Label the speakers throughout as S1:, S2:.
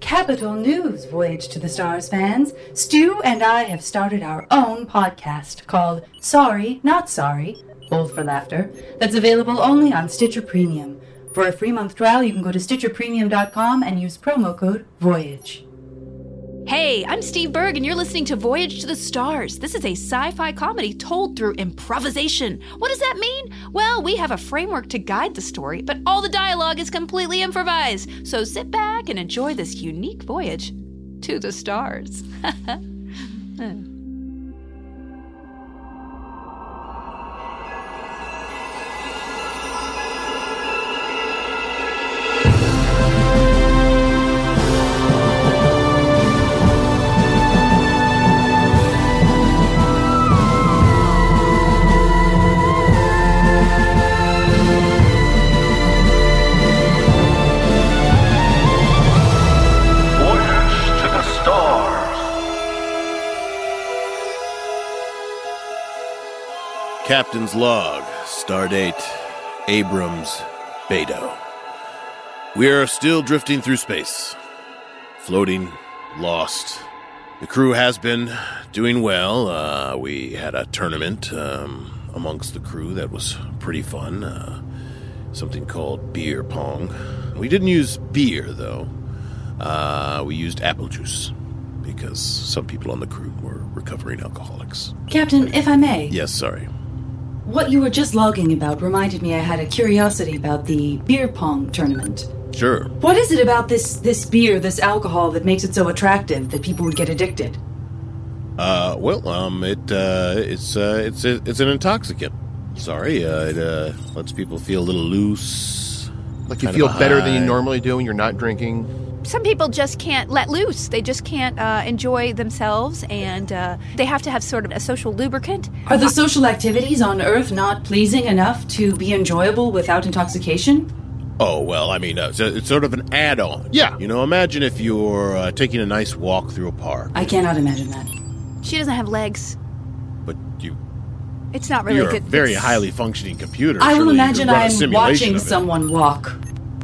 S1: Capital news, Voyage to the Stars fans. Stu and I have started our own podcast called Sorry, Not Sorry, Bold for Laughter, that's available only on Stitcher Premium. For a free month trial, you can go to StitcherPremium.com and use promo code VOYAGE.
S2: Hey, I'm Steve Berg, and you're listening to Voyage to the Stars. This is a sci fi comedy told through improvisation. What does that mean? Well, we have a framework to guide the story, but all the dialogue is completely improvised. So sit back and enjoy this unique voyage to the stars.
S3: Voyage to the stars.
S4: Captain's Log, Stardate, Abrams, Beto. We are still drifting through space. Floating, lost. The crew has been doing well. Uh, we had a tournament um, amongst the crew that was pretty fun. Uh, something called beer pong. We didn't use beer, though. Uh, we used apple juice because some people on the crew were recovering alcoholics.
S1: Captain, if I may,
S4: Yes, sorry.
S1: what you were just logging about reminded me I had a curiosity about the beer pong tournament.
S4: Sure.
S1: What is it about this this beer, this alcohol, that makes it so attractive that people would get addicted?
S4: Uh, well, um, it uh, it's uh, it's it's an intoxicant. Sorry, uh, it uh, lets people feel a little loose.
S5: Like you
S4: Kind of
S5: feel
S4: a
S5: better than you
S4: high.
S5: normally do when you're not drinking.
S2: Some people just can't let loose, they just can't uh, enjoy themselves, and uh, they have to have sort of a social lubricant.
S1: Are the social activities on Earth not pleasing enough to be enjoyable without intoxication?
S4: Oh well, I mean, uh, it's, it's sort of an add-on.
S5: Yeah.
S4: you know, imagine if you're uh, taking a nice walk through a park,
S1: I cannot imagine that.
S2: She doesn't have legs.
S4: but you
S2: It's not really
S4: you're
S2: good.
S4: a very
S2: it's-
S4: highly functioning computer.
S1: I will
S4: Surely you could
S1: imagine
S4: run a
S1: I am
S4: simulation
S1: watching
S4: of it.
S1: someone walk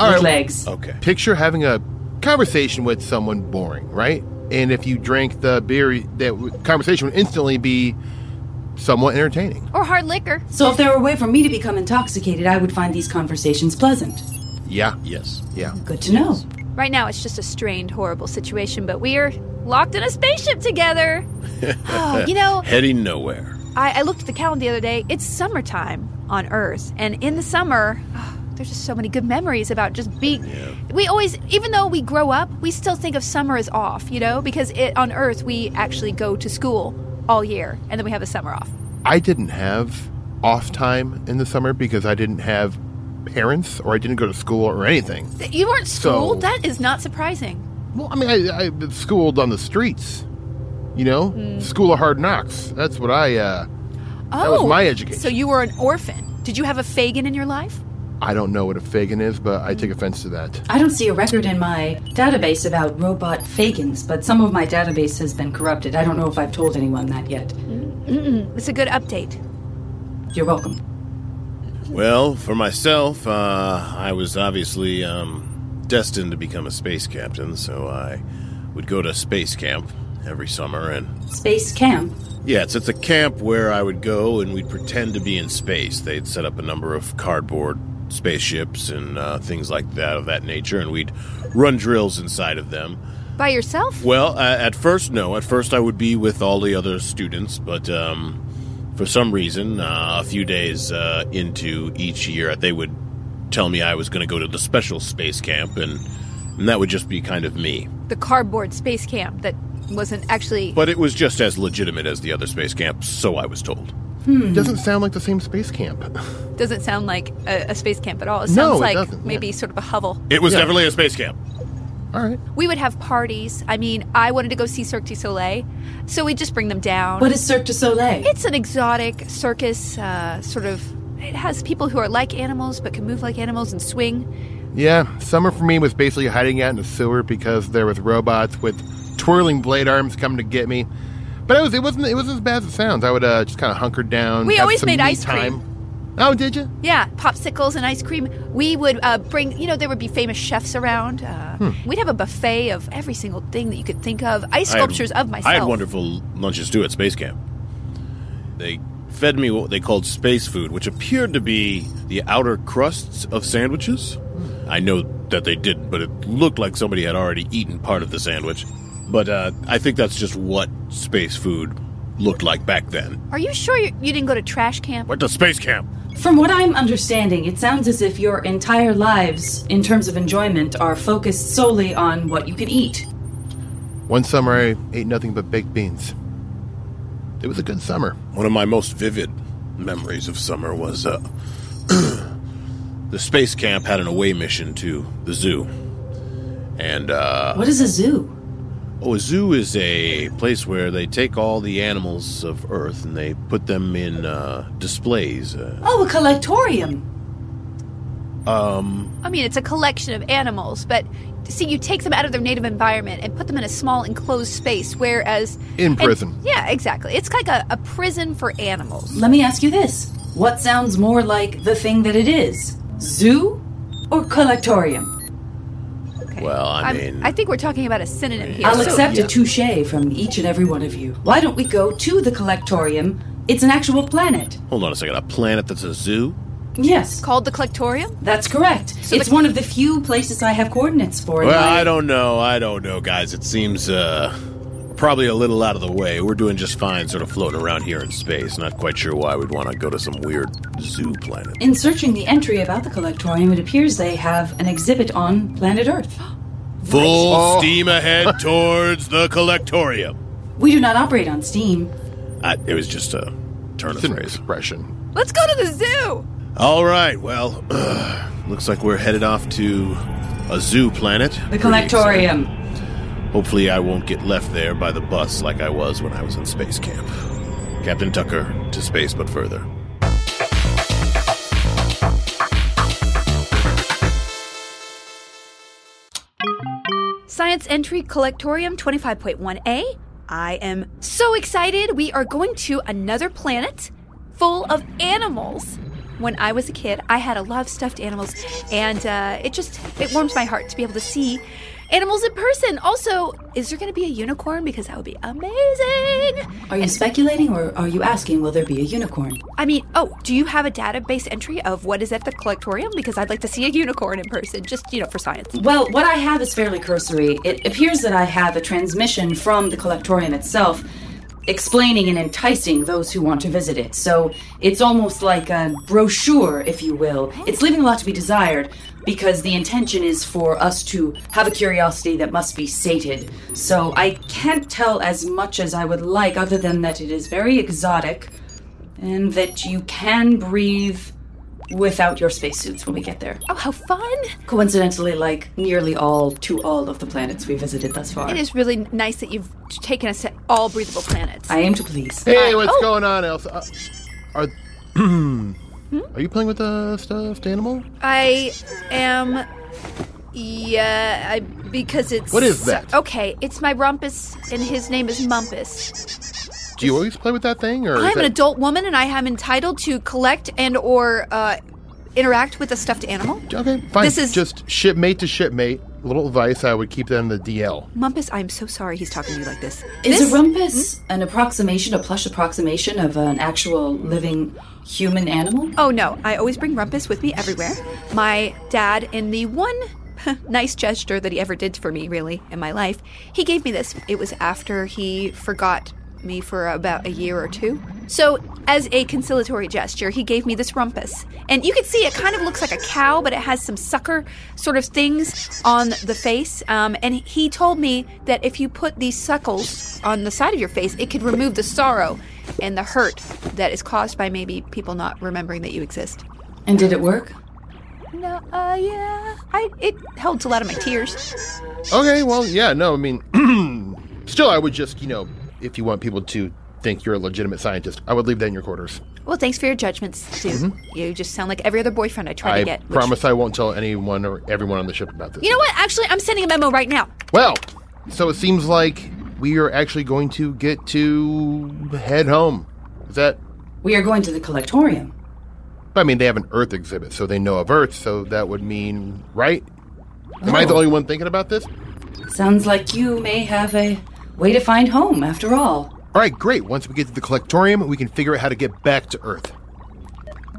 S5: All
S1: with
S5: right.
S1: legs.
S4: Okay.
S5: Picture having a conversation with someone boring, right? And if you drank the beer, that w- conversation would instantly be somewhat entertaining.
S2: Or hard liquor.
S1: So if there were a way for me to become intoxicated, I would find these conversations pleasant.
S5: Yeah.
S4: Yes.
S5: Yeah.
S1: Good to know.
S2: Right now, it's just a strained, horrible situation, but we are locked in a spaceship together. oh, you know,
S4: Heading nowhere.
S2: I, I looked at the calendar the other day. It's summertime on Earth, and in the summer, oh, there's just so many good memories about just being. We always, even though we grow up, we still think of summer as off, you know, because it, on Earth we actually go to school all year, and then we have a summer off.
S5: I didn't have off time in the summer because I didn't have parents or I didn't go to school or anything.
S2: Th- You weren't schooled.
S5: So-
S2: that is not surprising.
S5: Well, I mean, I, I schooled on the streets, you know? School of hard knocks. That's what I, uh,
S2: Oh,
S5: was my education.
S2: So you were an orphan. Did you have a Fagin in your life?
S5: I don't know what a Fagin is, but I take offense to that.
S1: I don't see a record in my database about robot Fagins, but some of my database has been corrupted. I don't know if I've told anyone that yet.
S4: Mm.
S2: It's a good update.
S1: You're welcome.
S4: Well, for myself, uh, I was obviously um, destined to become a space captain, so I would go to space camp every summer. And
S1: Space camp.
S4: yeah, it's, it's a camp where I would go and we'd pretend to be in space. They'd set up a number of cardboard spaceships and uh, things like that of that nature, and we'd run drills inside of them.
S2: By yourself?
S4: Well, uh, at first, no. At first, I would be with all the other students, but um, for some reason, uh, a few days uh, into each year, they would tell me I was going to go to the special space camp, and, and that would just be kind of me.
S2: The cardboard space camp that wasn't actually.
S4: But it was just as legitimate as the other space camps, so I was told.
S5: It doesn't sound like the same space camp.
S2: doesn't sound like a, a space camp at all. It
S5: No,
S2: sounds
S5: it
S2: like
S5: doesn't, yeah.
S2: maybe sort of a hovel.
S4: It was
S5: Yeah.
S4: definitely a space camp.
S5: All right.
S2: We would have parties. I mean, I wanted to go see Cirque du Soleil, so we'd just bring them down.
S1: What is Cirque du Soleil?
S2: it's an exotic circus, uh, sort of. It has people who are like animals but can move like animals and swing.
S5: Yeah, summer for me was basically hiding out in a sewer because there was robots with twirling blade arms coming to get me. But it was it wasn't it wasn't as bad as it sounds. I would uh, just kind of hunker down.
S2: We
S5: have
S2: always
S5: some
S2: made
S5: me
S2: ice
S5: time.
S2: cream.
S5: Oh, did you?
S2: Yeah, popsicles and ice cream. We would uh, bring, you know, there would be famous chefs around. Uh, We'd have a buffet of every single thing that you could think of. Ice
S4: Hmm. I had-
S2: sculptures of myself.
S4: I had wonderful lunches too at space camp. They fed me what they called space food, which appeared to be the outer crusts of sandwiches. I know that they didn't, but it looked like somebody had already eaten part of the sandwich. But uh, I think that's just what space food looked like back then.
S2: Are you sure you, you didn't go to trash camp?
S4: Went to space camp.
S1: From what I'm understanding, it sounds as if your entire lives, in terms of enjoyment, are focused solely on what you can eat.
S5: One summer I ate nothing but baked beans. It was a good summer.
S4: One of my most vivid memories of summer was uh, the space camp had an away mission to the zoo, and uh,
S1: What is a zoo?
S4: Oh, a zoo is a place where they take all the animals of Earth and they put them in uh, displays. Uh,
S1: Oh, a collectorium.
S2: I mean, it's a collection of animals, but see, you take them out of their native environment and put them in a small enclosed space, whereas.
S5: In
S2: and-
S5: prison.
S2: yeah, exactly. It's like a, a prison for animals.
S1: Let me ask you this what sounds more like the thing that it is? Zoo or collectorium?
S2: Okay.
S4: Well, I
S2: I'm-
S4: mean-
S2: I think we're talking about a synonym here.
S1: I'll
S2: so-
S1: accept a touche from each and every one of you. Why don't we go to the collectorium? It's an actual planet.
S4: hold on a second, a planet that's a zoo?
S1: Yes,
S2: Called the collectorium?
S1: that's correct. it's
S2: the-
S1: one of the few places I have coordinates for. in
S4: Well,
S1: my-
S4: I don't know. I don't know, guys. It seems uh, probably a little out of the way. We're doing just fine, sort of floating around here in space. Not quite sure why we'd want to go to some weird zoo planet.
S1: In searching the entry about the Collectorium, it appears they have an exhibit on planet Earth.
S4: Full
S5: Oh.
S4: steam ahead towards the Collectorium.
S1: We do not operate on Steam.
S4: I, it was just a turn of
S5: It's an
S4: phrase.
S5: expression.
S2: Let's go to the zoo!
S4: All right, well, looks like we're headed off to a zoo planet.
S1: The
S4: Pretty exciting.
S1: Collectorium.
S4: Hopefully, I won't get left there by the bus like I was when I was in space camp. Captain Tucker, to space but further.
S2: Science Entry Collectorium 25.1a. I am so excited. We are going to another planet full of animals. When I was a kid, I had a lot of stuffed animals, and uh, it just it warms my heart to be able to see animals in person. Also, is there going to be a unicorn? Because that would be amazing.
S1: Are you speculating or are you asking will there be a unicorn?
S2: I mean, oh, do you have a database entry of what is at the collectorium? Because I'd like to see a unicorn in person, just you know, for science.
S1: Well, what I have is fairly cursory. It appears that I have a transmission from the Collectorium itself explaining and enticing those who want to visit it. So it's almost like a brochure, if you will. It's leaving a lot to be desired because the intention is for us to have a curiosity that must be sated. So I can't tell as much as I would like, other than that it is very exotic and that you can breathe without your spacesuits when we get there
S2: Oh, how fun!
S1: coincidentally like nearly all to all of the planets we visited thus far.
S2: It is really nice that you've taken us to all breathable planets.
S1: I aim to please.
S5: Hey, what's
S2: oh. Hmm?
S5: going on, Elsa? Uh, are are you playing with the stuffed animal?
S2: I am. Yeah, I, because it's.
S5: What is that?
S2: Okay, it's my rumpus, and his name is Mumpus.
S5: Do you always play with that thing, or is
S2: I'm an
S5: that-
S2: adult woman, and I am entitled to collect and or uh, interact with a stuffed animal.
S5: Okay, fine.
S2: This is-
S5: just shipmate to shipmate. A little advice: I would keep that in the DL.
S2: Mumpus, I'm so sorry he's talking to you like this.
S1: Is
S2: this, Hmm?
S1: a rumpus an approximation, a plush approximation of an actual living human animal?
S2: Oh no, I always bring Rumpus with me everywhere. My dad, in the one nice gesture that he ever did for me, really, in my life, he gave me this. It was after he forgot me for about a year or two. So, as a conciliatory gesture, he gave me this rumpus. And you can see it kind of looks like a cow, but it has some sucker sort of things on the face. Um, and he told me that if you put these suckles on the side of your face, it could remove the sorrow and the hurt that is caused by maybe people not remembering that you exist.
S1: And did it work?
S2: No, uh, yeah, I it held a lot of my tears.
S5: Okay, well, yeah, no, I mean, still, I would just, you know, if you want people to think you're a legitimate scientist, I would leave that in your quarters.
S2: Well, thanks for your judgments, Stu. You just sound like every other boyfriend I try
S5: Mm-hmm. I
S2: to get. which-
S5: promise I won't tell anyone or everyone on the ship about this.
S2: You know what? Actually, I'm sending a memo right now.
S5: Well, so it seems like we are actually going to get to head home. Is that
S1: We are going to the collectorium.
S5: But I mean, they have an Earth exhibit, so they know of Earth, so that would mean, right? Am I the
S2: Oh.
S5: only one thinking about this?
S1: Sounds like you may have a way to find home after all.
S5: All right, great. Once we get to the collectorium, we can figure out how to get back to Earth.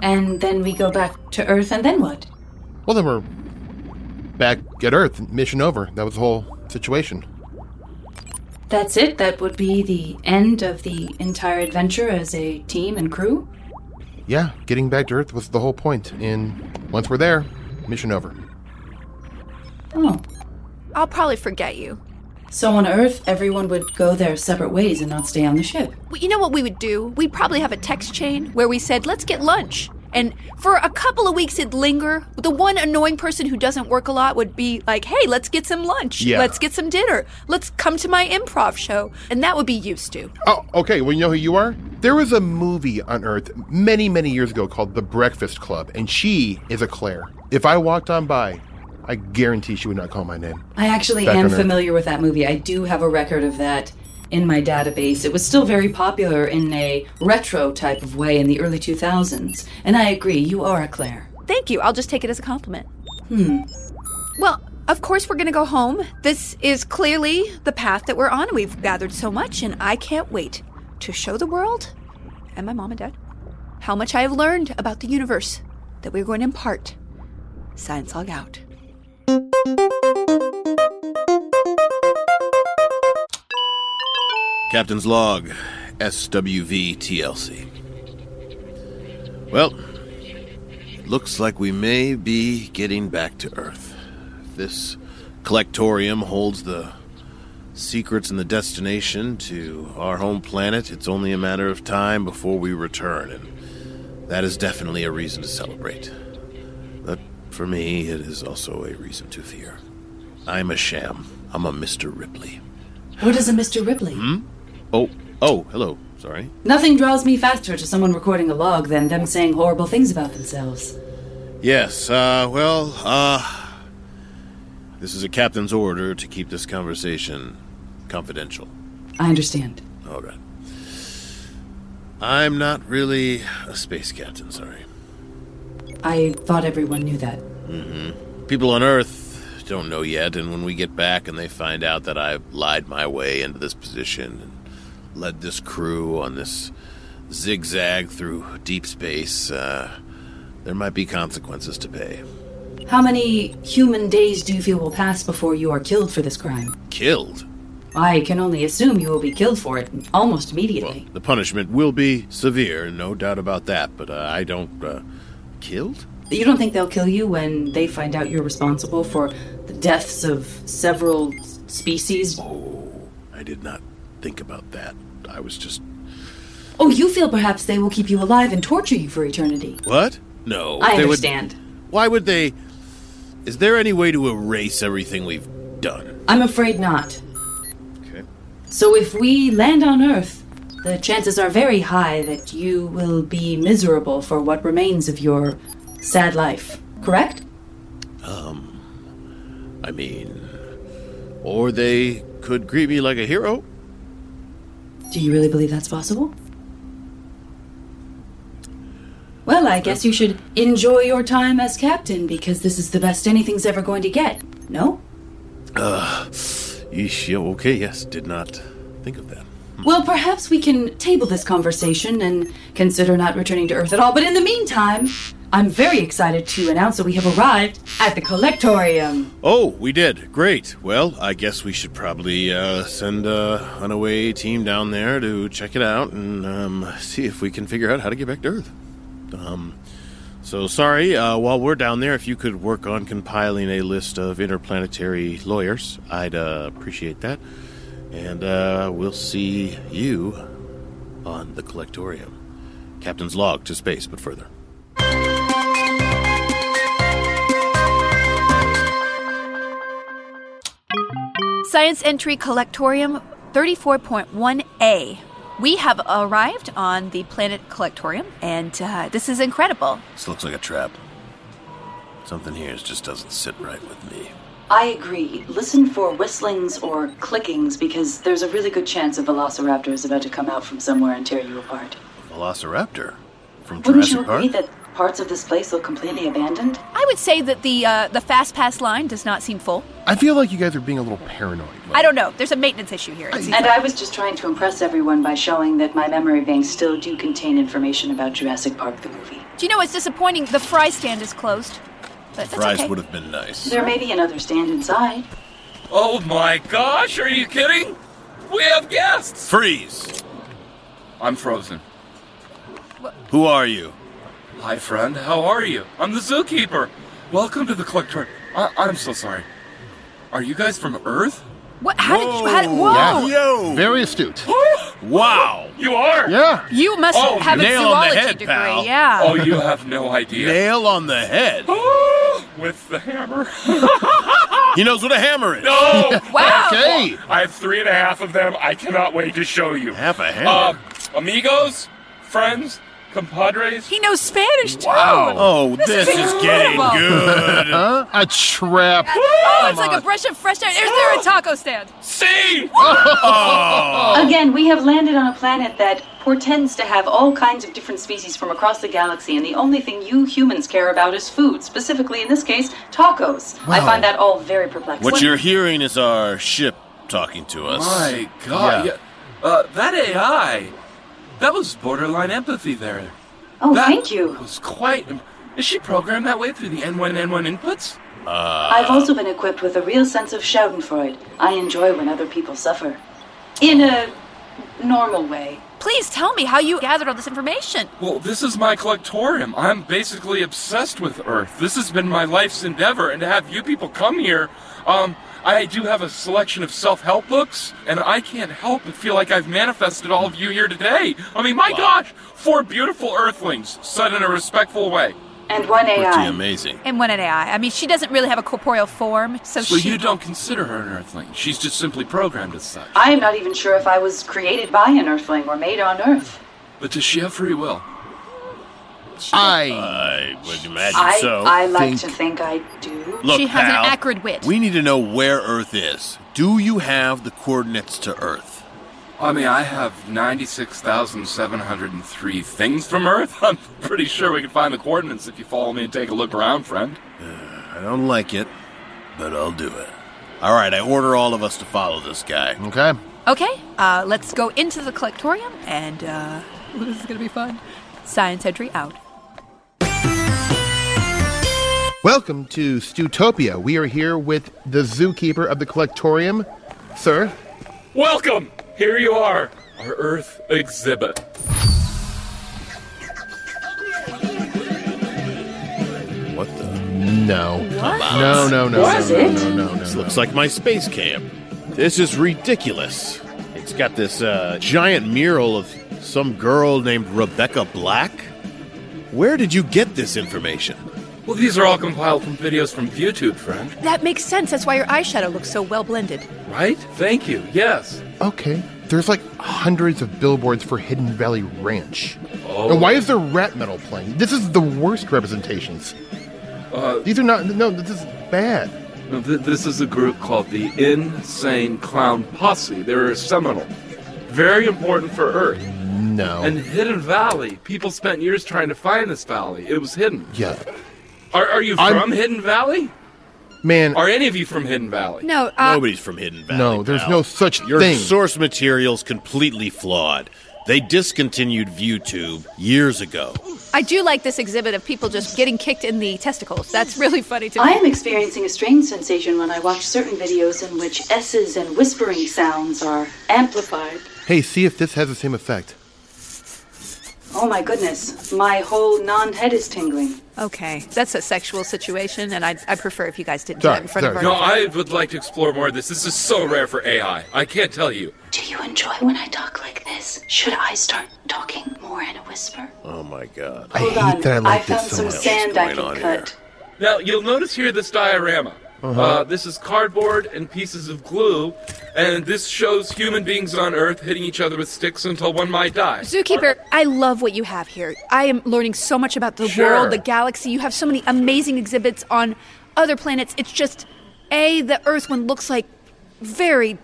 S1: And then we go back to Earth, and then what?
S5: Well, then we're back at Earth. Mission over. That was the whole situation.
S1: That's it. That would be the end of the entire adventure as a team and crew.
S5: Yeah, getting back to Earth was the whole point. And once we're there, mission over.
S1: Oh.
S2: I'll probably forget you.
S1: So on Earth, everyone would go their separate ways and not stay on the ship.
S2: Well, You know what we would do? We'd probably have a text chain where we said, let's get lunch. And for a couple of weeks, it'd linger. The one annoying person who doesn't work a lot would be like, hey, let's get some lunch.
S5: Yeah.
S2: Let's get some dinner. Let's come to my improv show. And that would be used to.
S5: Oh, okay. Well, you know who you are? There was a movie on Earth many, many years ago called The Breakfast Club, and she is a Claire. If I walked on by, I guarantee she would not call my name.
S1: I actually
S5: Back
S1: am
S5: on Earth.
S1: familiar with that movie. I do have a record of that in my database. It was still very popular in a retro type of way in the early 2000s. And I agree, you are a Claire.
S2: Thank you. I'll just take it as a compliment. Hmm. Well, of course, we're going to go home. This is clearly the path that we're on. We've gathered so much, and I can't wait to show the world and my mom and dad how much I have learned about the universe that we're going to impart. Science Log out.
S4: Captain's Log, SWV TLC. Well, looks like we may be getting back to Earth. This collectorium holds the secrets and the destination to our home planet. It's only a matter of time before we return, and that is definitely a reason to celebrate. But for me, it is also a reason to fear. I'm a sham. I'm a Mr. Ripley.
S1: What is a Mr. Ripley?
S5: Hmm?
S4: Oh, oh, hello. Sorry.
S1: Nothing draws me faster to someone recording a log than them saying horrible things about themselves.
S4: Yes, uh, well, uh, this is a captain's order to keep this conversation confidential.
S1: I understand.
S4: All right. I'm not really a space captain, sorry.
S1: I thought everyone knew that.
S4: People on Earth don't know yet, and when we get back and they find out that I lied my way into this position and led this crew on this zigzag through deep space, uh, there might be consequences to pay.
S1: How many human days do you feel will pass before you are killed for this crime?
S4: Killed?
S1: I can only assume you will be killed for it almost immediately.
S4: The punishment will be severe, no doubt about that, but uh, I don't. Uh, killed?
S1: You don't think they'll kill you when they find out you're responsible for the deaths of several species?
S4: I did not think about that. I was just.
S1: Oh, you feel perhaps they will keep you alive and torture you for eternity.
S4: What? No.
S1: I
S4: they would-
S1: understand.
S4: why would they. Is there any way to erase everything we've done?
S1: I'm afraid not.
S4: Okay.
S1: So if we land on Earth, the chances are very high that you will be miserable for what remains of your sad life, correct?
S4: I mean. Or they could greet me like a hero?
S1: Do you really believe that's possible? Well, I guess you should enjoy your time as captain because this is the best anything's ever going to get. No?
S4: Yeesh, yeah, okay, yes, did not think of that.
S1: Well, perhaps we can table this conversation and consider not returning to Earth at all. But in the meantime, I'm very excited to announce that we have arrived at the Collectorium.
S4: Oh, we did. Great. Well, I guess we should probably uh, send a runaway team down there to check it out and um, see if we can figure out how to get back to Earth. Um, so, sorry, uh, while we're down there, if you could work on compiling a list of interplanetary lawyers, I'd uh, appreciate that. And uh, we'll see you on the Collectorium. Captain's log to space, but further.
S2: Science Entry Collectorium 34.1a. We have arrived on the planet Collectorium, and uh, this is incredible.
S4: This looks like a trap. Something here just doesn't sit right with me.
S1: I agree. Listen for whistlings or clickings because there's a really good chance a velociraptor is about to come out from somewhere and tear you apart.
S4: Velociraptor from
S1: Wouldn't
S4: Jurassic
S1: you agree
S4: Park.
S1: that parts of this place look completely abandoned?
S2: I would say that the uh, the fast pass line does not seem full.
S5: I feel like you guys are being a little paranoid.
S2: I don't know. There's a maintenance issue here. It seems
S1: And I was just trying to impress everyone by showing that my memory banks still do contain information about Jurassic Park the movie.
S2: Do you know it's disappointing? The fry stand is closed. But that's
S4: Fries
S2: okay.
S4: would have been nice.
S1: There may be another stand inside.
S6: Oh my gosh, are you kidding? We have guests!
S4: Freeze!
S6: I'm frozen.
S4: Who are you?
S6: Hi, friend, how are you? I'm the zookeeper. Welcome to the collector. I- I'm so sorry. Are you guys from Earth?
S2: What? How did you? How did, whoa!
S5: Yeah.
S4: Yo!
S5: Very astute.
S4: wow!
S6: You are!
S5: Yeah.
S2: You must
S6: Oh,
S2: have a
S4: nail on the
S2: zoology
S4: head,
S2: degree.
S4: pal.
S2: Yeah.
S6: Oh, you have no idea.
S4: Nail on the head.
S6: Oh, With the hammer.
S4: He knows what a hammer is.
S6: No!
S2: wow.
S5: Okay.
S6: I have three and a half of them. I cannot wait to show you.
S4: Half a hammer.
S6: Uh, amigos, friends, compadres.
S2: He knows Spanish too.
S4: oh, this is getting
S2: incredible.
S4: good.
S5: Huh? A trap.
S2: Oh, it's like a brush of fresh air. Is there a taco stand?
S6: See!
S4: Oh.
S1: Again, we have landed on a planet that portends to have all kinds of different species from across the galaxy, and the only thing you humans care about is food, specifically in this case, tacos. I find that all very perplexing.
S4: what you're hearing is our ship talking to us.
S6: My God,
S5: Yeah.
S6: yeah. Uh, that AI, that was borderline empathy there.
S1: oh,
S6: That
S1: thank you.
S6: Was quite. im- Is she programmed that way through the N1N1 inputs?
S1: I've also been equipped with a real sense of Schadenfreude. I enjoy when other people suffer. In a normal way.
S2: Please tell me how you gathered all this information.
S6: Well, this is my collectorium. I'm basically obsessed with Earth. This has been my life's endeavor, and to have you people come here, um, I do have a selection of self-help books, and I can't help but feel like I've manifested all of you here today. I mean, my gosh, four beautiful Earthlings, said in a respectful way.
S1: And one
S4: Pretty
S1: AI.
S4: amazing.
S2: And when an AI. I mean, she doesn't really have a corporeal form, so
S6: So
S2: she.
S6: you don't consider her an Earthling. She's just simply programmed as such.
S1: I am not even sure if I was created by an Earthling or made on Earth.
S6: But does she have free will?
S5: I.
S4: I would imagine
S1: I,
S4: so.
S1: I like
S5: think-
S1: to think I do.
S4: Look,
S2: She has an
S4: pal,
S2: acrid wit.
S4: We need to know where Earth is. Do you have the coordinates to Earth?
S6: I mean, I have 96,703 things from Earth. I'm pretty sure we can find the coordinates if you follow me and take a look around, friend.
S4: I don't like it, but I'll do it. All right, I order all of us to follow this guy.
S5: Okay.
S2: Okay, uh, let's go into the collectorium, and uh, this is gonna be fun. Science entry out.
S5: Welcome to Stutopia. We are here with the zookeeper of the Collectorium, sir.
S6: Welcome! Here you are, our Earth exhibit.
S4: What the?
S5: No. No, no, no.
S1: Was
S5: no, no,
S1: it?
S5: No, no, no,
S4: This
S5: no.
S4: looks like my space camp. This is ridiculous. It's got this uh, giant mural of some girl named Rebecca Black. Where did you get this information?
S6: Well, these are all compiled from videos from YouTube, friend.
S2: That makes sense. That's why your eyeshadow looks so well blended.
S6: Right? Thank you, yes.
S5: Okay. There's like hundreds of billboards for Hidden Valley Ranch. Oh. And why is there rat metal playing? This is the worst representations. These are not. No, this is bad.
S6: Now, th- This is a group called the Insane Clown Posse. They're a seminal. Very important for Earth.
S4: Oh.
S5: No.
S6: And Hidden Valley. People spent years trying to find this valley. It was hidden.
S5: yeah.
S6: Are, are you from
S5: I'm-
S6: Hidden Valley?
S5: Man,
S6: Are any of you from Hidden Valley?
S2: No, uh,
S4: Nobody's from Hidden Valley.
S5: no, there's
S4: pal.
S5: no such
S4: Your
S5: thing.
S4: source material's completely flawed. They discontinued ViewTube years ago.
S2: I do like this exhibit of people just getting kicked in the testicles. That's really funny to me.
S1: I am experiencing a strange sensation when I watch certain videos in which S's and whispering sounds are amplified.
S5: hey, see if this has the same effect.
S1: Oh my goodness, my whole non head is tingling.
S2: Okay, that's a sexual situation, and I, I prefer if you guys didn't do
S5: Sorry,
S2: that in front of
S5: sorry.
S2: our.
S6: No, I would like to explore more of this. This is so rare for AI. I can't tell you.
S1: Do you enjoy when I talk like this? Should I start talking more in a whisper?
S4: Oh my god.
S5: I
S1: Hold
S5: hate
S1: on,
S5: that I like
S1: found
S5: this so
S1: some
S5: much.
S1: sand I
S4: What's going
S1: can
S4: on
S1: cut.
S6: Now, you'll notice here this diorama.
S4: Uh-huh.
S6: Uh, this is cardboard and pieces of glue, and this shows human beings on Earth hitting each other with sticks until one might die.
S2: Zookeeper, I love what you have here. I am learning so much about the
S6: Sure.
S2: world, the galaxy. You have so many amazing exhibits on other planets. It's just, A, the Earth one looks like very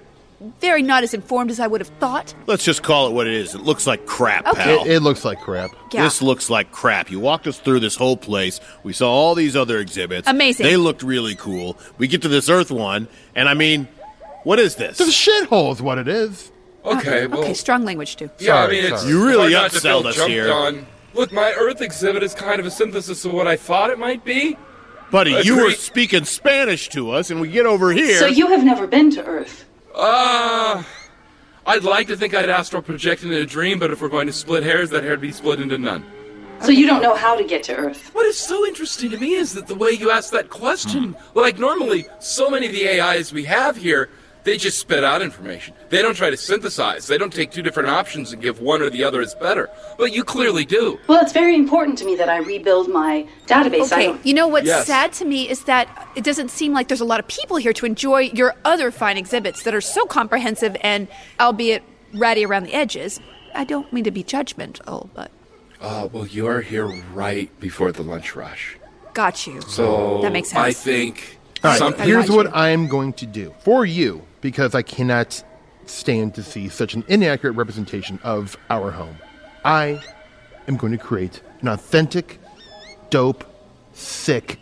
S2: very not as informed as I would have thought.
S4: Let's just call it what it is. It looks like crap,
S2: Okay.
S4: pal.
S5: It, it looks like crap.
S2: Yeah.
S4: This looks like crap. You walked us through this whole place. We saw all these other exhibits.
S2: Amazing.
S4: They looked really cool. We get to this Earth one, and I mean, what is
S5: It's a
S4: this?
S5: shithole, is what it is.
S6: Okay, well,
S2: Okay, strong language too.
S6: yeah,
S5: Sorry,
S6: I mean, it's
S5: sorry.
S4: You really
S6: hard not to
S4: upselled
S6: feel
S4: us
S6: jumped
S4: here.
S6: On. Look, my Earth exhibit is kind of a synthesis of what I thought it might be.
S4: Buddy, you were
S6: Agree.
S4: speaking Spanish to us, and we get over here.
S1: So you have never been to Earth.
S6: Uh, I'd like to think I'd astral project into a dream, but if we're going to split hairs, that hair'd be split into none.
S1: So you don't know how to get to Earth.
S6: What is so interesting to me is that the way you asked that question, like normally, so many of the AIs we have here, they just spit out information. They don't try to synthesize. They don't take two different options and give one or the other is better. But you clearly do.
S1: Well, it's very important to me that I rebuild my database. I
S2: Okay,
S1: don't-
S2: you know what's
S6: Yes.
S2: sad to me is that it doesn't seem like there's a lot of people here to enjoy your other fine exhibits that are so comprehensive and, albeit ratty around the edges. I don't mean to be judgmental, but
S6: Uh, well, you're here right before the lunch rush.
S2: got you.
S6: So
S2: That makes
S6: I
S2: sense.
S6: think
S5: All right,
S6: something.
S5: here's
S2: got
S5: what I'm going to do for you because I cannot stand to see such an inaccurate representation of our home. I am going to create an authentic, dope, sick,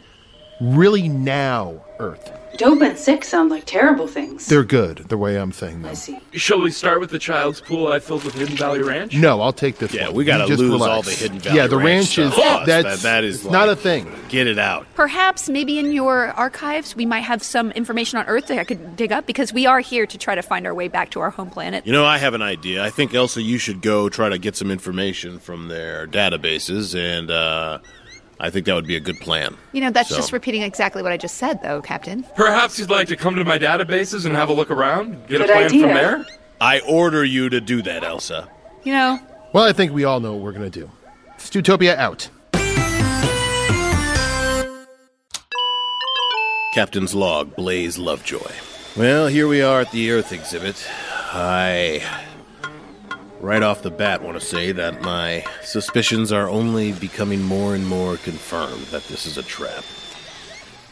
S5: really now Earth.
S1: dope and sick sound like terrible things.
S5: They're good, the way I'm saying
S1: I
S5: them.
S1: see.
S6: Shall we start with the child's pool I filled with Hidden Valley Ranch?
S5: No, I'll take this
S4: Yeah,
S5: one.
S4: we gotta
S5: You just
S4: lose
S5: relax.
S4: all the Hidden Valley
S5: Yeah, the
S4: Ranch stuff.
S5: ranch, is
S4: Yes,
S5: that's
S4: that- that is
S5: it's not
S4: like-
S5: a thing.
S4: get it out.
S2: Perhaps maybe in your archives we might have some information on Earth that I could dig up because we are here to try to find our way back to our home planet.
S4: You know, I have an idea. I think Elsa, you should go try to get some information from their databases, and uh, I think that would be a good plan.
S2: You know, that's
S4: So-
S2: just repeating exactly what I just said, though, Captain.
S6: Perhaps you'd like to come to my databases and have a look around, get
S1: Good
S6: a plan
S1: idea.
S6: from there.
S4: I order you to do that, Elsa.
S2: You know,
S5: Well, I think we all know what we're going to do. Stutopia out.
S4: Captain's log, Blaze Lovejoy. Well, here we are at the Earth exhibit. I, right off the bat, want to say that my suspicions are only becoming more and more confirmed that this is a trap.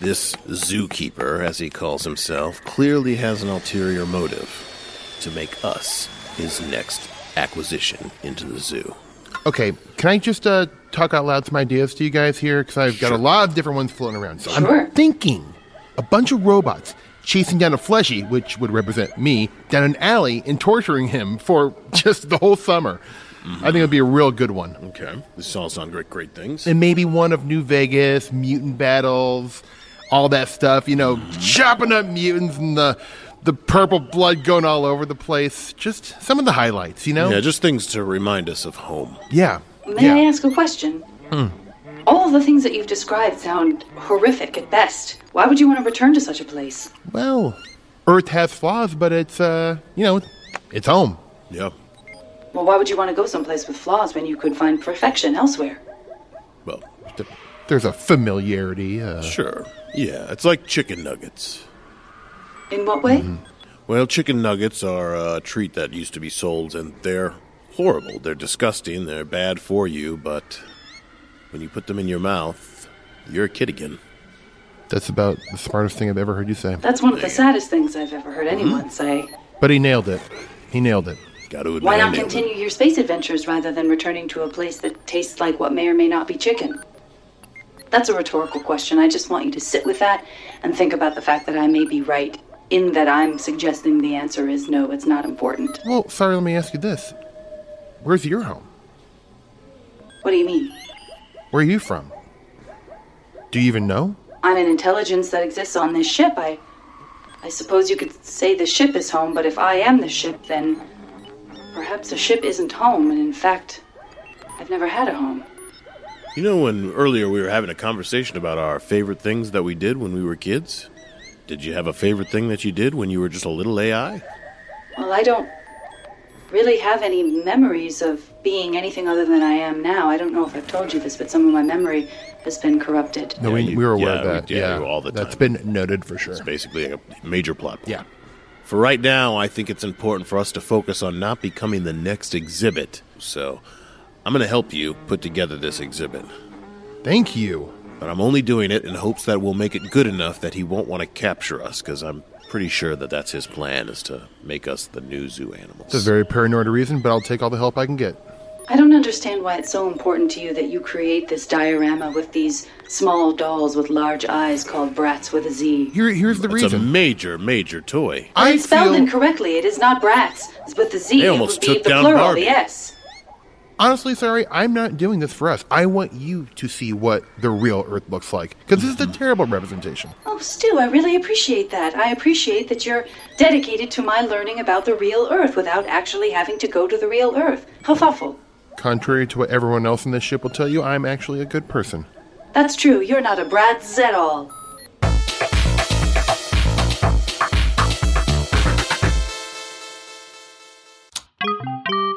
S4: This zookeeper, as he calls himself, clearly has an ulterior motive to make us his next acquisition into the zoo.
S5: Okay, can I just uh, talk out loud some ideas to you guys here? Because I've got a lot of different ones floating around. So
S1: Sure.
S5: I'm thinking a bunch of robots chasing down a fleshy, which would represent me, down an alley and torturing him for just the whole summer. I think it would be a real good one.
S4: Okay, this all sounds great, great things.
S5: And maybe one of New Vegas, mutant battles, all that stuff, you know,
S1: Mm-hmm.
S5: chopping up mutants and the, the purple blood going all over the place. Just some of the highlights, you know?
S4: Yeah, just things to remind us of home.
S5: yeah. Hmm.
S1: May I ask a question? All of the things that you've described sound horrific at best. Why would you want to return to such a place?
S5: Well, Earth has flaws, but it's uh, you know, it's home.
S4: Yeah.
S1: Well, why would you want to go someplace with flaws when you could find perfection elsewhere?
S4: Well,
S5: There's a familiarity. Uh,
S4: Sure. Yeah, it's like chicken nuggets.
S1: In what way?
S5: Mm-hmm.
S4: Well, chicken nuggets are a treat that used to be sold, and they're horrible. They're disgusting. They're bad for you, but when you put them in your mouth, you're a kid again.
S5: that's about the smartest thing I've ever heard you say.
S1: That's one of the saddest things I've ever heard anyone
S5: Mm-hmm.
S1: say.
S5: But he nailed it. He nailed it.
S4: Got to admit.
S1: Why not
S4: it.
S1: continue your space adventures rather than returning to a place that tastes like what may or may not be chicken? That's a rhetorical question. I just want you to sit with that and think about the fact that I may be right in that I'm suggesting the answer is no, it's not important.
S5: Well, sorry. Let me ask you this: Where's your home?
S1: What do you mean?
S5: Where are you from? Do you even know?
S1: I'm an intelligence that exists on this ship. I I suppose you could say the ship is home, but if I am the ship, then perhaps the ship isn't home, and in fact, I've never had a home.
S4: You know, when earlier we were having a conversation about our favorite things that we did when we were kids? Did you have a favorite thing that you did when you were just a little AI?
S1: Well, I don't really have any memories of being anything other than I am now. I don't know if I've told you this, but some of my memory has been corrupted.
S5: No,
S4: Yeah,
S5: we,
S4: you-
S5: we were aware
S4: yeah,
S5: of
S4: we
S5: that.
S4: did,
S5: yeah,
S4: you all the
S5: That's
S4: time.
S5: been noted for sure.
S4: It's basically a major plot point.
S5: Yeah.
S4: For right now, I think it's important for us to focus on not becoming the next exhibit. So, I'm going to help you put together this exhibit.
S5: Thank you.
S4: But I'm only doing it in hopes that we'll make it good enough that he won't want to capture us, because I'm pretty sure that that's his plan is to make us the new zoo animals.
S5: It's a very paranoid reason, but I'll take all the help I can get.
S1: I don't understand why it's so important to you that you create this diorama with these small dolls with large eyes called brats with a Z.
S5: Here, here's the
S4: it's a
S5: reason.
S4: major, major toy.
S5: I
S1: it's spelled
S5: feel-
S1: incorrectly. It is not brats. It's with the Z.
S4: They
S1: it
S4: almost
S1: would be
S4: took
S1: the
S4: down
S1: plural,
S4: Barbie.
S1: the S.
S5: honestly, sorry, I'm not doing this for us. I want you to see what the real Earth looks like because this is
S7: Mm-hmm.
S5: a terrible representation.
S1: Oh, Stu, I really appreciate that. I appreciate that you're dedicated to my learning about the real Earth without actually having to go to the real Earth. How thoughtful.
S5: Contrary to what everyone else in this ship will tell you, I'm actually a good person.
S1: That's true. You're not a bratz at all.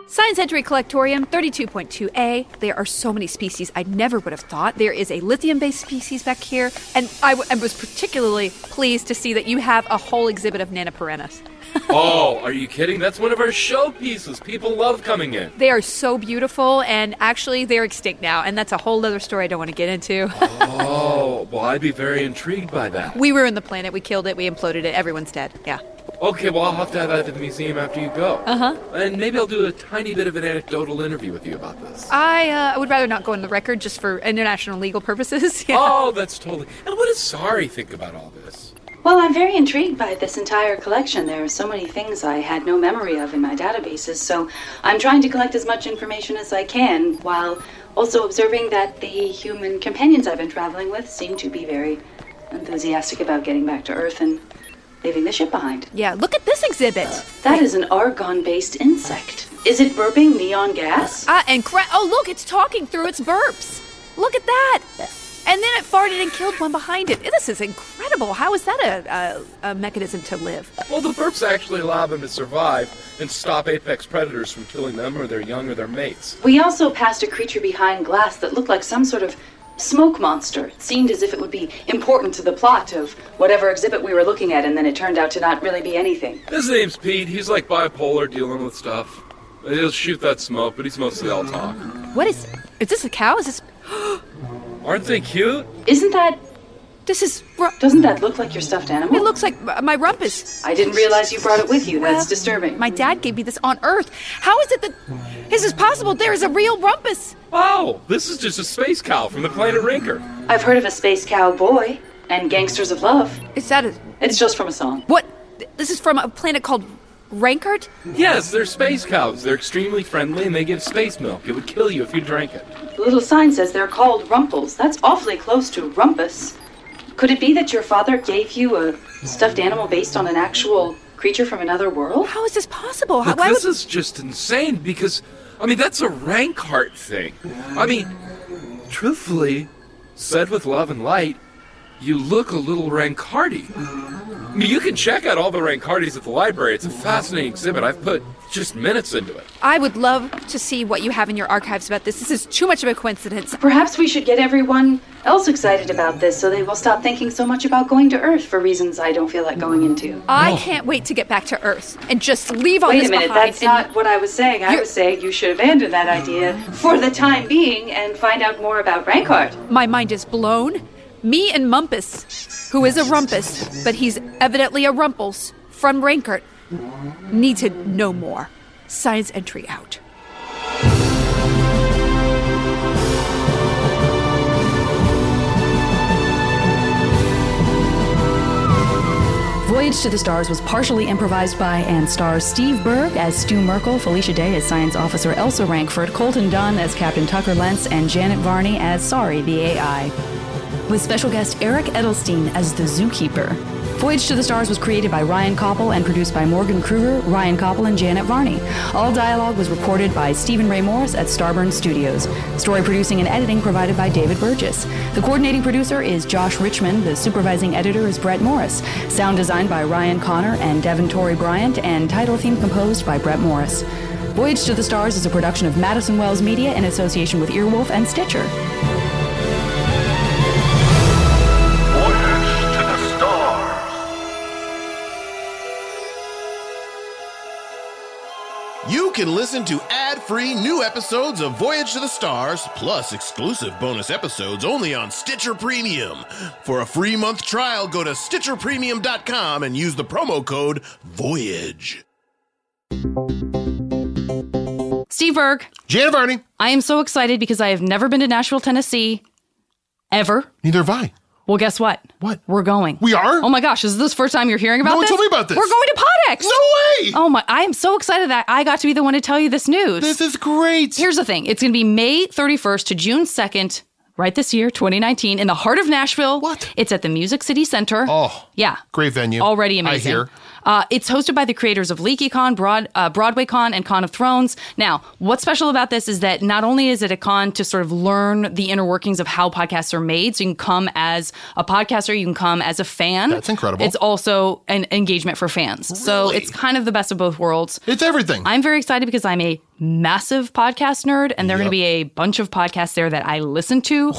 S2: Science Entry Collectorium 32.2a. There are so many species I never would have thought. There is a lithium based species back here, and I, w- I was particularly pleased to see that you have a whole exhibit of Nanoperennis.
S6: oh, are you kidding? That's one of our showpieces. People love coming in.
S2: They are so beautiful, and actually, they're extinct now, and that's a whole other story I don't want to get into.
S6: Oh, well, I'd be very intrigued by that.
S2: we ruined the planet, we killed it, we imploded it, everyone's dead. Yeah.
S6: Okay, well, I'll have to have that at the museum after you go. Uh
S1: Uh-huh.
S6: huh. And maybe I'll do a tiny bit of an anecdotal interview with you about this.
S2: I, uh, I would rather not go on the record just for international legal purposes. yeah.
S6: Oh, that's totally. And what does Sari think about all this?
S1: Well, I'm very intrigued by this entire collection. There are so many things I had no memory of in my databases, so I'm trying to collect as much information as I can while also observing that the human companions I've been traveling with seem to be very enthusiastic about getting back to Earth and leaving the ship behind.
S2: Yeah, look at this exhibit.
S1: That is an argon based insect. Is it burping neon gas?
S2: Ah, and cra- oh look, it's talking through its burps. Look at that. And then it farted and killed one behind it. This is incredible. How is that a, a, a mechanism to live?
S6: Well, the burps actually allow them to survive and stop apex predators from killing them or their young or their mates.
S1: We also passed a creature behind glass that looked like some sort of smoke monster. It seemed as if it would be important to the plot of whatever exhibit we were looking at, and then it turned out to not really be anything.
S6: His name's Pete. He's like bipolar, dealing with stuff. He'll shoot that smoke, but he's mostly all talk.
S2: What is? Is this a cow? Is this?
S6: Aren't they cute?
S1: Isn't that.
S2: This is. ru-
S1: Doesn't that look like your stuffed animal?
S2: It looks like m- my rumpus. Uh,
S1: I didn't realize you brought it with you. That's disturbing.
S2: My dad gave me this on Earth. How is it that? This is possible. There is a real rumpus.
S6: Wow, Oh, this is just a space cow from the planet Rinker.
S1: I've heard of a space cowboy and gangsters of love.
S2: Is that a?
S1: It's just from a song.
S2: What? This is from a planet called Rankert.
S6: Yes, they're space cows. They're extremely friendly and they give space milk. It would kill you if you drank it.
S1: The little sign says they're called rumples. That's awfully close to rumpus. Could it be that your father gave you a stuffed animal based on an actual creature from another world?
S2: How is this possible? How,
S6: Look,
S2: why would?
S6: this is just insane because, I mean, that's a rank heart thing. I mean, truthfully, said with love and light, you look a little Rancardi. I mean, you can check out all the Rancardis at the library. It's a fascinating exhibit. I've put just minutes into it.
S2: I would love to see what you have in your archives about this. This is too much of a coincidence.
S1: Perhaps we should get everyone else excited about this so they will stop thinking so much about going to Earth for reasons I don't feel like going into.
S2: I can't wait to get back to Earth and just leave all
S1: Wait
S2: this
S1: a minute,
S2: behind.
S1: that's
S2: Oh, and-
S1: not what I was saying. I
S2: You're-
S1: was saying you should abandon that idea for the time being and find out more about Rancard.
S2: My mind is blown. Me and Mumpus, who is a rumpus, but he's evidently a rumples from Rankert, need to know more. Science entry out.
S8: Voyage to the Stars was partially improvised by and stars Steve Berg as Stu Merkel, Felicia Day as Science Officer Elsa Rankford, Colton Dunn as Captain Tucker Lentz, and Janet Varney as Sorry the AI. With special guest Eric Edelstein as the Zookeeper. Voyage to the Stars was created by Ryan Koppel and produced by Morgan Kruger, Ryan Koppel, and Janet Varney. All dialogue was reported by Stephen Ray Morris at Starburn Studios. Story producing and editing provided by David Burgess. The coordinating producer is Josh Richmond. The supervising editor is Brett Morris. Sound designed by Ryan Connor and Devin Torrey Bryant, and title theme composed by Brett Morris. Voyage to the Stars is a production of Madison Wells Media in association with Earwolf and Stitcher.
S3: Voyage to the stars.
S4: You can listen to ad free new episodes of Voyage to the Stars, plus exclusive bonus episodes only on Stitcher Premium. For a free month trial, go to StitcherPremium.com and use the promo code VOYAGE.
S7: Steve Berg,
S5: Janet Varney.
S7: I am so excited because I have never been to Nashville, Tennessee, ever.
S5: Neither have I.
S7: Well, guess what?
S5: What?
S7: We're going.
S5: We are?
S7: Oh my gosh, is this the first time you're hearing about
S5: No one
S7: this?
S5: told me about this.
S7: We're going to Podex.
S5: No way!
S7: Oh my, I am so excited that I got to be the one to tell you this news.
S5: This is great.
S7: Here's the thing. It's going to be May 31st to June 2nd, right this year, 2019, in the heart of Nashville.
S5: What?
S7: It's at the Music City Center.
S5: Oh.
S7: Yeah.
S5: Great venue.
S7: Already amazing.
S5: I hear.
S7: Uh, it's hosted by the creators of LeakyCon, Broad, uh, BroadwayCon, and Con of Thrones. Now, what's special about this is that not only is it a con to sort of learn the inner workings of how podcasts are made, so you can come as a podcaster, you can come as a fan.
S5: That's incredible.
S7: It's also an engagement for fans. So
S4: Really?
S7: it's kind of the best of both worlds.
S5: It's everything.
S7: I'm very excited because I'm a massive podcast nerd, and there are going
S5: Yep.
S7: to be a bunch of podcasts there that I listen to.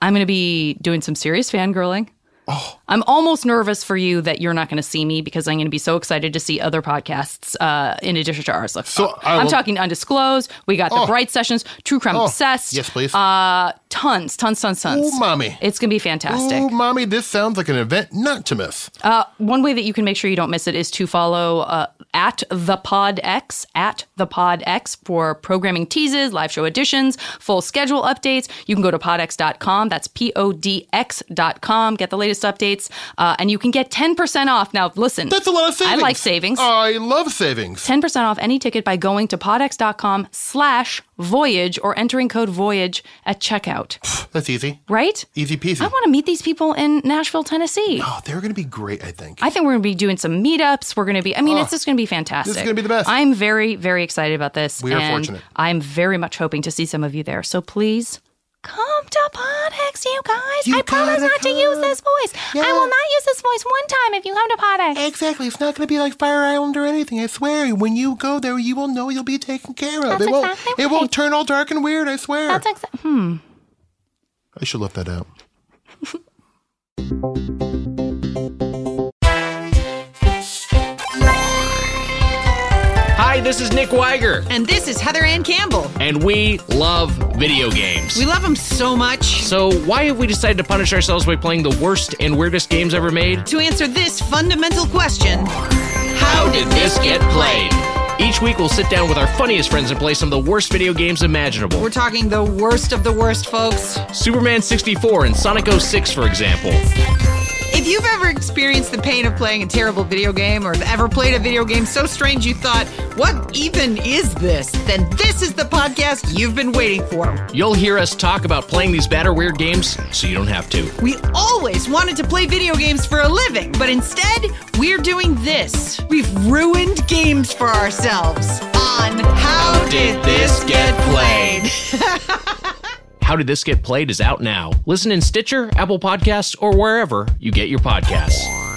S7: I'm going to be doing some serious fangirling.
S5: Oh.
S7: I'm almost nervous for you that you're not going to see me because I'm going to be so excited to see other podcasts uh, in addition to ours. Look, uh,
S5: So, I
S7: I'm
S5: will-
S7: talking Undisclosed. We got the Bright Sessions, True Crime
S5: Oh,
S7: Obsessed.
S5: Yes, please.
S7: Uh, tons, tons, tons, tons.
S5: Ooh, mommy.
S7: It's going to be fantastic. Uh,
S5: Ooh, mommy, this sounds like an event not to miss.
S7: One way that you can make sure you don't miss it is to follow uh, at the Pod X at the Pod X for programming teases, live show editions, full schedule updates. You can go to podx.com. That's p o d x dot com. Get the latest updates, uh, and you can get ten percent off. Now, listen,
S5: That's a lot of savings.
S7: I like savings.
S5: I love savings.
S7: 10% off any ticket by going to podx.com slash voyage or entering code voyage at checkout.
S5: That's easy.
S7: Right?
S5: Easy peasy.
S7: I want to meet these people in Nashville, Tennessee.
S5: oh, they're going to be great, I think.
S7: I think we're going to be doing some meetups. We're going to be, I mean, it's just going to be fantastic.
S5: Ah, gonna be the best.
S7: I'm very, very excited about this.
S5: We are
S7: and
S5: fortunate.
S7: I'm very much hoping to see some of you there. So please come to Podex, you guys.
S5: You
S7: I promise
S5: gotta
S7: not to use
S5: come.
S7: this voice. I
S5: Yeah.
S7: will not use this voice one time if you come to Podex.
S5: Exactly. It's not going to be like Fire Island or anything. I swear. When you go there, you will know you'll be taken care of.
S7: That's
S5: it won't.
S7: exactly
S5: It
S7: right.
S5: won't turn all dark and weird. I swear.
S7: That's exa- hmm.
S5: I should left that out.
S9: Hi, this is Nick Weiger,
S10: And this is Heather Ann Campbell.
S9: and we love video games.
S10: We love them so much.
S9: so, why have we decided to punish ourselves by playing the worst and weirdest games ever made?
S10: To answer this fundamental question,
S9: How did this get played? Each week, we'll sit down with our funniest friends and play some of the worst video games imaginable.
S10: we're talking the worst of the worst, folks.
S9: Superman 64 and Sonic 06, for example.
S10: If you've ever experienced the pain of playing a terrible video game or have ever played a video game so strange you thought, what even is this? Then this is the podcast you've been waiting for.
S9: You'll hear us talk about playing these bad or weird games so you don't have to.
S10: We always wanted to play video games for a living, but instead, we're doing this. We've ruined games for ourselves on How, Did This Get Played?
S9: How Did This Get Played is out now. Listen in Stitcher, Apple Podcasts, or wherever you get your podcasts.